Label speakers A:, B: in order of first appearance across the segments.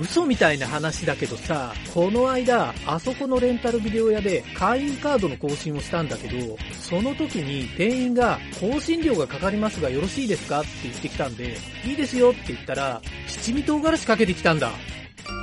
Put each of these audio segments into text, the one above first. A: 嘘みたいな話だけどさ、この間、あそこのレンタルビデオ屋で会員カードの更新をしたんだけど、その時に店員が更新料がかかりますがよろしいですかって言ってきたんで、いいですよって言ったら、七味唐辛子かけてきたんだ。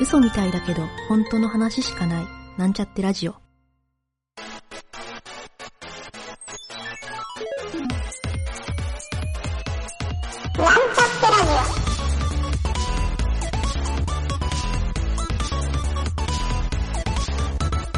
B: 嘘みたいだけど、本当の話しかない。なんちゃってラジオ。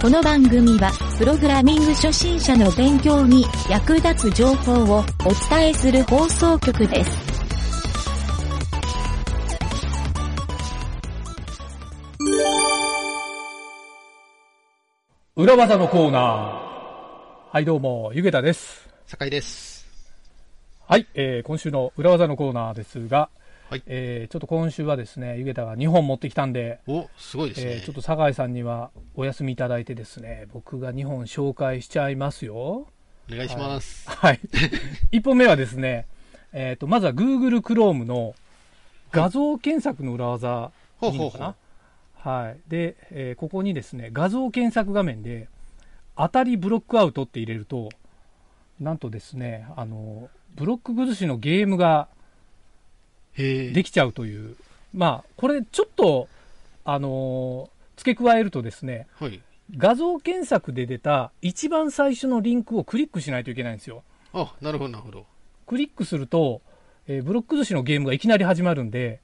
C: この番組は、プログラミング初心者の勉強に役立つ情報をお伝えする放送局です。
D: 裏技のコーナー。はい、どうも、ゆげたです。
E: 酒井です。
D: はい、えー、今週の裏技のコーナーですが、
E: はい
D: えー、ちょっと今週はですね、ゆげたが2本持ってきたんで、
E: お、すごいですね。
D: えー、ちょっと酒井さんにはお休みいただいてですね、僕が2本紹介しちゃいますよ。
E: お願いします。
D: はい。1本目はですね、えっ、と、まずは Google Chrome の画像検索の裏技
E: ほう
D: いい
E: ほう
D: のか
E: ほう。
D: な
E: は
D: はい。で、えーここにですね、画像検索画面で、当たりブロックアウトって入れると、なんとですね、あの、ブロック崩しのゲームが
E: へえ。
D: できちゃうという、まあ、これちょっと、あの付け加えるとですね、
E: はい。
D: 画像検索で出た一番最初のリンクをクリックしないといけないんですよ。
E: あ、なるほど、なるほど。
D: クリックすると、えーブロック寿司のゲームがいきなり始まるんで、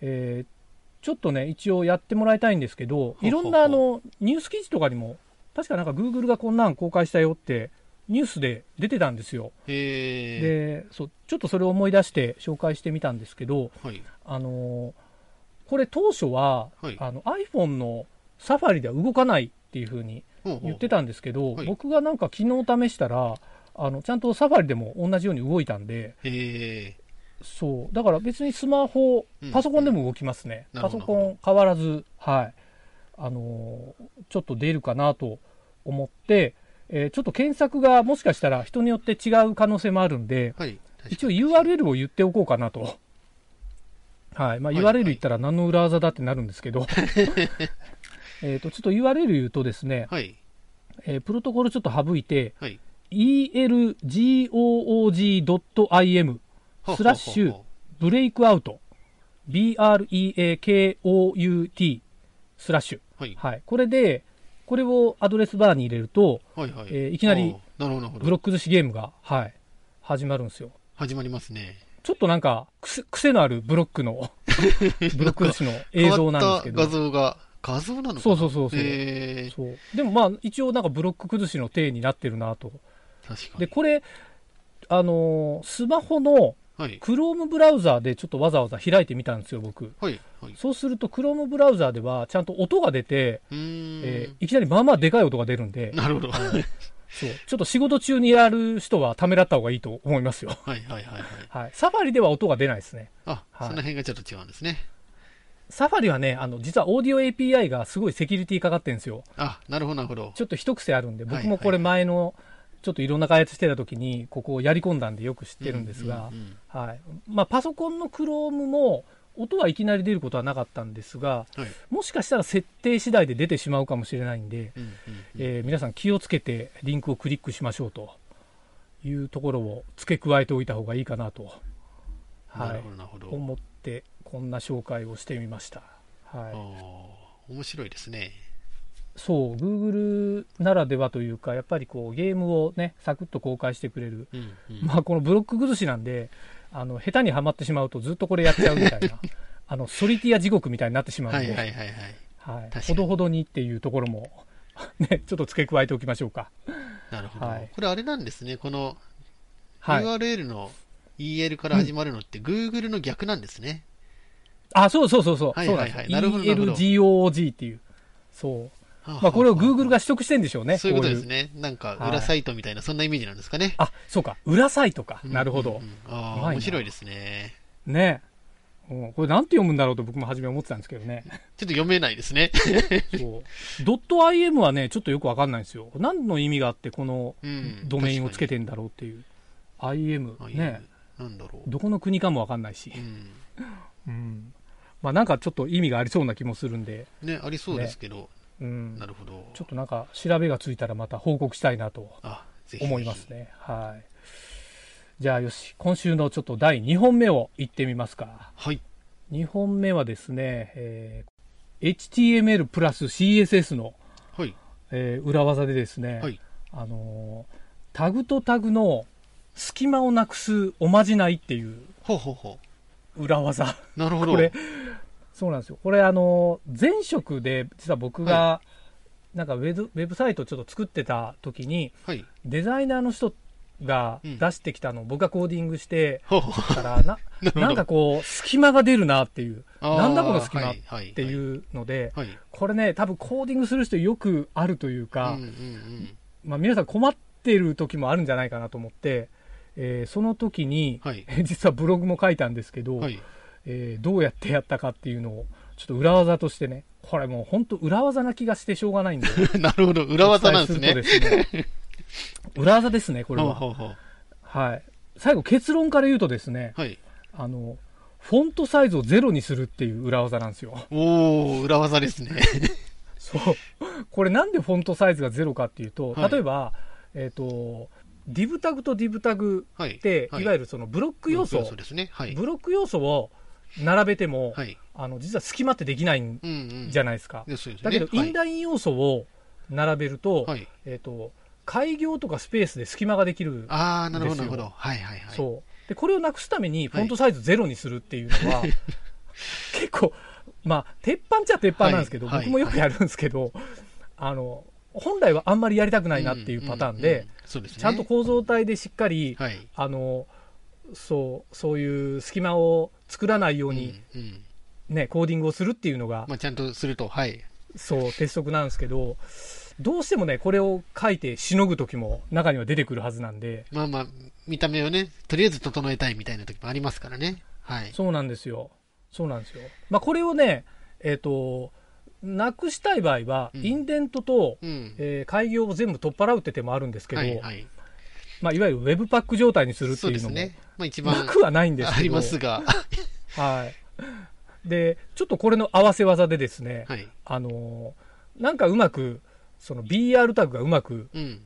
D: えーちょっとね、一応やってもらいたいんですけど、
E: ほう
D: いろんなあのニュース記事とかにも、確かなんか Google がこんなん公開したよって、ニュースで出てたんですよ。
E: へえ。
D: でそう、ちょっとそれを思い出して紹介してみたんですけど、
E: はい。
D: あのーこれ当初は、
E: はい
D: あの iPhone のサファリでは動かないっていう風に
E: ほうほう
D: 言ってたんですけど、
E: はい
D: 僕がなんか昨日試したら、あのちゃんとサファリでも同じように動いたんで、
E: へえ。
D: そう。だから別にスマホ
E: うん、
D: パソコンでも動きますね。
E: うんな
D: パ
E: るほ
D: ソ
E: ど
D: コン変わらず、はい。あのーちょっと出るかなと思って、えーちょっと検索がもしかしたら人によって違う可能性もあるんで、
E: はい。確
D: 一応
E: かに
D: URL を言っておこうかなと。はい。まあ
E: はい
D: URL 言ったら何の裏技だってなるんです けど。えっと、ちょっと URL 言うとですね、
E: はい。
D: えープロトコルちょっと省いて、
E: はい。
D: elgoog.im
E: ほうほうほうほう
D: スラッシュブレイクアウト、BREAKOUT スラッシュ。
E: はい。
D: はい。これで、これをアドレスバーに入れると、
E: はいはい。
D: えーいきなり
E: あー。なるほど、なるほ
D: ブ
E: ど。
D: ロック寿司ゲームが、はい、始まるんですよ。
E: 始まりますね。
D: ちょっとなんか、くせ癖のあるブロックの、ブロック寿司の映像なんですけ
E: 変わ
D: ど
E: った。画像が、画像なのかな
D: そうそうそうそう
E: へえ。
D: そうでもまあ一応なんかブロック崩しの体になってるなと。
E: 確か
D: で、
E: に。
D: これ、あのースマホの
E: はい。
D: Chrome ブラウザーでちょっとわざわざ開いてみたんですよ、僕。
E: はい。はい。
D: そうすると Chrome ブラウザーではちゃんと音が出て、
E: うーん。
D: えーいきなりまあまあでかい音が出るんで、
E: なるほど。 はい
D: そうちょっと仕事中にやる人はためらった方がいいと思いますよ。
E: はいはいはい。
D: はい。サファリでは音が出ないですね。
E: あ、
D: はい
E: その辺がちょっと違うんですね。
D: サファリはね、あの、実はオーディオ API がすごいセキュリティかかってるんですよ。
E: あ、なるほど、なるほど。
D: ちょっと一癖あるんで、
E: はい
D: 僕もこれ前の、ちょっといろんな開発してた時に、ここをやり込んだんでよく知ってるんですが
E: う、ん
D: はい。まあ、パソコンの Chrome も、音はいきなり出ることはなかったんですが、
E: うんうんはい。
D: もしかしたら設定次第で出てしまうかもしれないんで、
E: うんうんうん
D: えー皆さん気をつけてリンクをクリックしましょうというところを付け加えておいた方がいいかなと、は
E: ないるほど、なるほど。
D: 思ってこんな紹介をしてみました、はい
E: あー面白いですね。
D: そう Google ならではというかやっぱりこうゲームをねサクッと公開してくれる、
E: うんうん
D: まあこのブロック崩しなんであの下手にはまってしまうとずっとこれやっちゃうみたい なあのソリティア地獄みたいになってしまうん
E: は
D: で、
E: いはいはいはい。
D: はい
E: 確か
D: ほ
E: に
D: どほどにっていうところも、 ね、ちょっと付け加えておきましょうか。
E: なるほど。
D: はい
E: これあれなんですね。この
D: はい、
E: URL の EL から始まるのって Google の逆なんですね。
D: あそうそうそうそう、
E: はいはいはいなるほどなるほど
D: ELGOG っていう、そう、まあ、これを Google が取得してんでしょうね、
E: そういうことです
D: こ
E: ね。なんか
D: はい
E: 裏サイトみたいな、そんなイメージなんですかね。
D: ういうあそうか、裏サイトか、なるほ
E: うんう
D: ど
E: ん、あ
D: う
E: あ、
D: まいな
E: 面白いですね。
D: ね、うん、これ、なんて読むんだろうと僕も初め思ってたんですけど ね、
E: ちょっと読めないですね。
D: そう、ドット .im はね、ちょっとよくわかんないんですよ、何の意味があって、この
E: う ん
D: ドメインをつけてんだろうっていう、IM
E: 確かに
D: ね、
E: あいいなんだろう。
D: どこの国かもわかんないし
E: う。ん
D: うんまあ、なんかちょっと意味がありそうな気もするんで、
E: ね、ありそうですけど、
D: うん
E: な、るほど。
D: ちょっとなんか調べがついたらまた報告したいなと
E: あ、ぜひ。
D: 思います。ね。はい。じゃあよし、今週のちょっと第2本目を行ってみますか。
E: はい。
D: 2本目はですね、えー HTML プラス CSS の、
E: はい。
D: えー裏技でですね、
E: はい。
D: あのータグとタグの隙間をなくすおまじないっていう
E: ほうほうほ
D: 裏技。
E: う。なるほど。
D: これ、そうなんですよ。これ、あの、前職で、実は僕が、なんかウェブ、ウェブサイトをちょっと作ってた時に、
E: はい。
D: デザイナーの人が
E: うん
D: 出してきたのを僕がコーディングして、
E: ほうほう。
D: からな、
E: なるほど
D: なんかこう、隙間が出るなっていう、
E: あー
D: なんだこの隙間
E: は
D: っ
E: いはい
D: ていうので、
E: はい。
D: これね、多分コーディングする人よくあるというか、
E: うんうんうん。
D: まあ、皆さん困ってる時もあるんじゃないかなと思って、えーその時に、
E: はい
D: 実はブログも書いたんですけど、
E: はい。
D: えーどうやってやったかっていうのを、ちょっと裏技としてね、これもう本当裏技な気がしてしょうがないんで、
E: なるほど。 裏技なんです
D: お
E: ね。
D: 伝えするとです ね裏技ですね、これ
E: ほう
D: は。
E: ほうほう。
D: はい。最後結論から言うとですね、
E: はい。
D: あの、フォントサイズをゼロにするっていう裏技なんですよ。
E: おー、裏技です ね。
D: そう。これなんでフォントサイズがゼロかっていうと、
E: はい
D: 例えば、えっ、と、ディブタグとディブタグ
E: はい。
D: って、い、わゆ
E: る
D: るそのブロック要素、
E: ですね。はい。
D: ブロック要素を並べても、
E: はい。
D: あの、実は隙間ってできないん
E: うんうん。
D: じゃ
E: な
D: ないですか。
E: ですよね。
D: だけど、インライン要素を並べると、
E: はい。はい。
D: えっ、と、開業とかスペースで隙間ができる。
E: あー、なるほど、なるほ
D: で
E: ど。はいはいはい。
D: そう。で、これをなくすために、フ
E: はい
D: ォントサイズゼロにするっていうの は、結構、まあ、鉄板っちゃ鉄板なんですけど、
E: はいはい
D: 僕もよくやるんですけど、あの、本来はあんまりやりたくないなっていうパターン
E: うんうんう
D: で
E: ん、、そうですね。
D: ちゃんと構造体でしっかり、
E: はい。
D: あの、そう、そういう隙間を作らないように、
E: うんうん
D: ね、コーディングをするっていうのが、
E: まあ、ちゃんとすると、はい。
D: そう、鉄則なんですけど、どうしてもね、これを書いてしのぐ時も中には出てくるはずなんで、
E: まあまあ、見た目をね、とりあえず整えたいみたいな時もありますからね。はい。
D: そうなんですよ。そうなんですよ。まあ、これをね、えっ、と、なくしたい場合は、
E: うん
D: インデントと、
E: うん。
D: えー開業を全部取っ払うって手もあるんですけど、
E: はいいはい。
D: まあ、いわゆるウェブパック状態にするって
E: そう
D: い
E: で
D: う
E: す
D: のも、
E: ね。まあ、一
D: な
E: 番
D: くはないんです
E: あ
D: け
E: り
D: ど、
E: ますが、
D: はい。で、ちょっとこれの合わせ技でですね、
E: はい。
D: あのーなんかうまく、その BR タグがうまく
E: うん。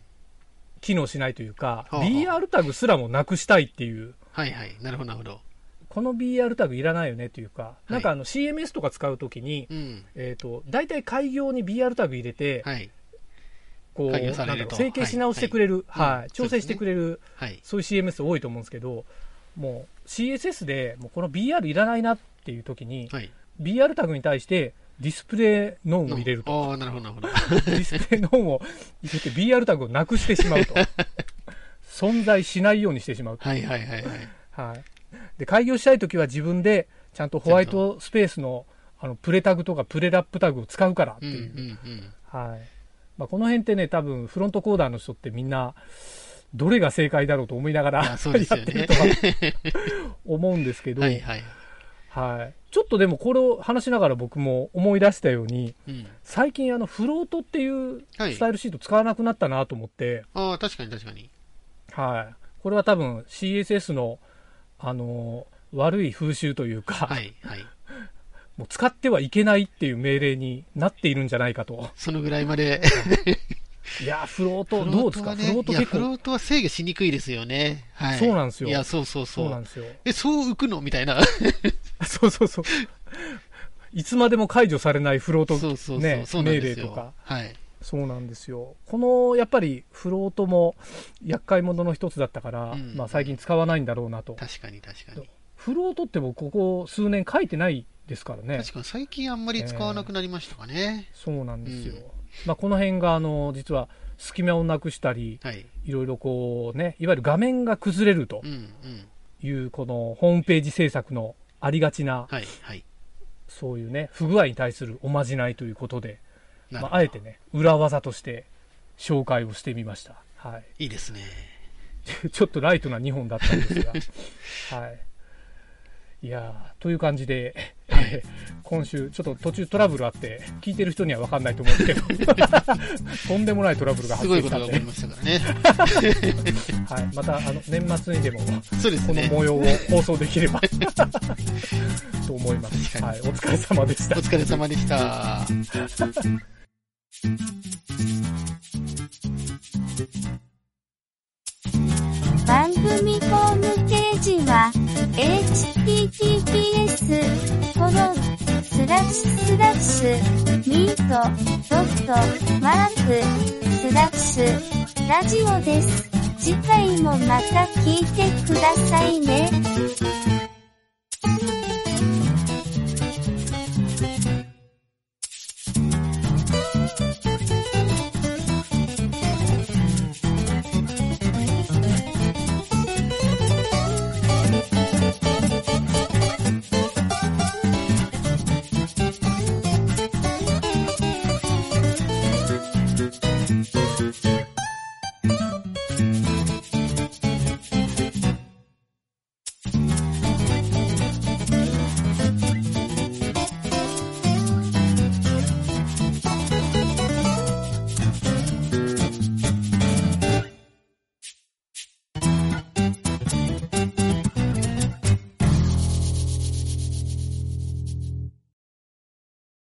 D: 機能しないというか、
E: はあはあ
D: BR タグすらもなくしたいっていう、
E: はいはい。なるほど、なるほど。
D: この BR タグいらないよねというか、
E: い
D: なんかあの CMS とか使うときに、
E: うん。
D: えー、と大体開業に BR タグ入れて、
E: はい。
D: こう
E: 開業さ
D: なんだ
E: れる
D: ろ
E: と
D: う整形し直してくれる、
E: はいはい
D: はい
E: うん
D: 調整してくれる
E: はい。
D: そう,、いう CMS 多いと思うんですけどもう CSS でもうこの BR いらないなっていう時に、
E: はい。
D: BR タグに対してディスプレイノンを入れると
E: ああ、なるほど、なるほ ど。
D: ディスプレイノンを入れて BR タグをなくしてしまうと存在しないようにしてしまうと、
E: はいはいはいはい。
D: はい、で開業したい時は自分でちゃんとホワイトスペースのあのプレタグとかプレラップタグを使うからって
E: うん
D: いう。
E: うんうん。
D: はいまあ、この辺ってね、多分フロントコーダーの人ってみんな、どれが正解だろうと思いながら、
E: いやそうですよ
D: や
E: ね
D: ってるとは 思うんですけど、
E: はいはい。
D: はいちょっとでもこれを話しながら僕も思い出したように、
E: うん。
D: 最近あのフロートっていう
E: はい
D: スタイルシート使わなくなったなと思って、
E: ああ、確かに確かに。
D: はいこれは多分 CSS の、あのー悪い風習というか、
E: はいはい。
D: もう使ってはいけないっていう命令になっているんじゃないかと。
E: そのぐらいまで。
D: いや、フロート、どうですか、
E: フロー
D: フロート
E: トはねいや
D: 結
E: フ
D: 構、
E: ロートは制御しにくいですよね。はい。
D: そうなんですよ
E: いや、そうそうそ
D: そうなん
E: う。
D: ですよ。
E: え、そう浮くのみたいな。
D: そうそうそう。いつまでも解除されないフロー
E: そ
D: ト
E: うそうそう。
D: ね
E: そうなんです
D: 命令とか
E: よ。はい。
D: そうなんですよ。このやっぱりフロートも厄介者の一つだったから、
E: うん
D: まあ、最近使わないんだろうなと。
E: 確かに確かに。
D: フロートって僕ここ数年書いてないですからね
E: 確。かに最近あんまり使わなくなりましたかね。
D: そうなんですよ。
E: うん
D: まあ、この辺があの実は隙間をなくしたり、
E: はい。
D: いろいろこうね、いわゆる画面が崩れると
E: うんうん。
D: いうこのホームページ制作のありがちな、
E: はいはい。
D: そういうね、不具合に対するおまじないということで、
E: な
D: ま
E: るほ
D: あ、
E: ど
D: あえてね、裏技として紹介をしてみました。はい
E: いですね。
D: い。ちょっとライトな2本だったんですが。はい。いやーという感じで、えはい、今週、ちょっと途中トラブルあって、聞いてる人には分かんないと思うん ですけど、とんでもないトラブルが
E: す
D: 発
E: ご
D: 生
E: い
D: し
E: こ
D: た
E: と
D: んで、
E: が起こりましたからね。
D: はい、またあの年末にでも、
E: そうです
D: この
E: ね。
D: 模様を放送でき れば と思います。はい、お疲れ様でし
E: お
D: た。
E: 疲れ様でした。
F: 番組ホームページは https コロンスラッシュスラッシュミートドットマークスラッシュラジオです。次回もまた聞いてくださいね。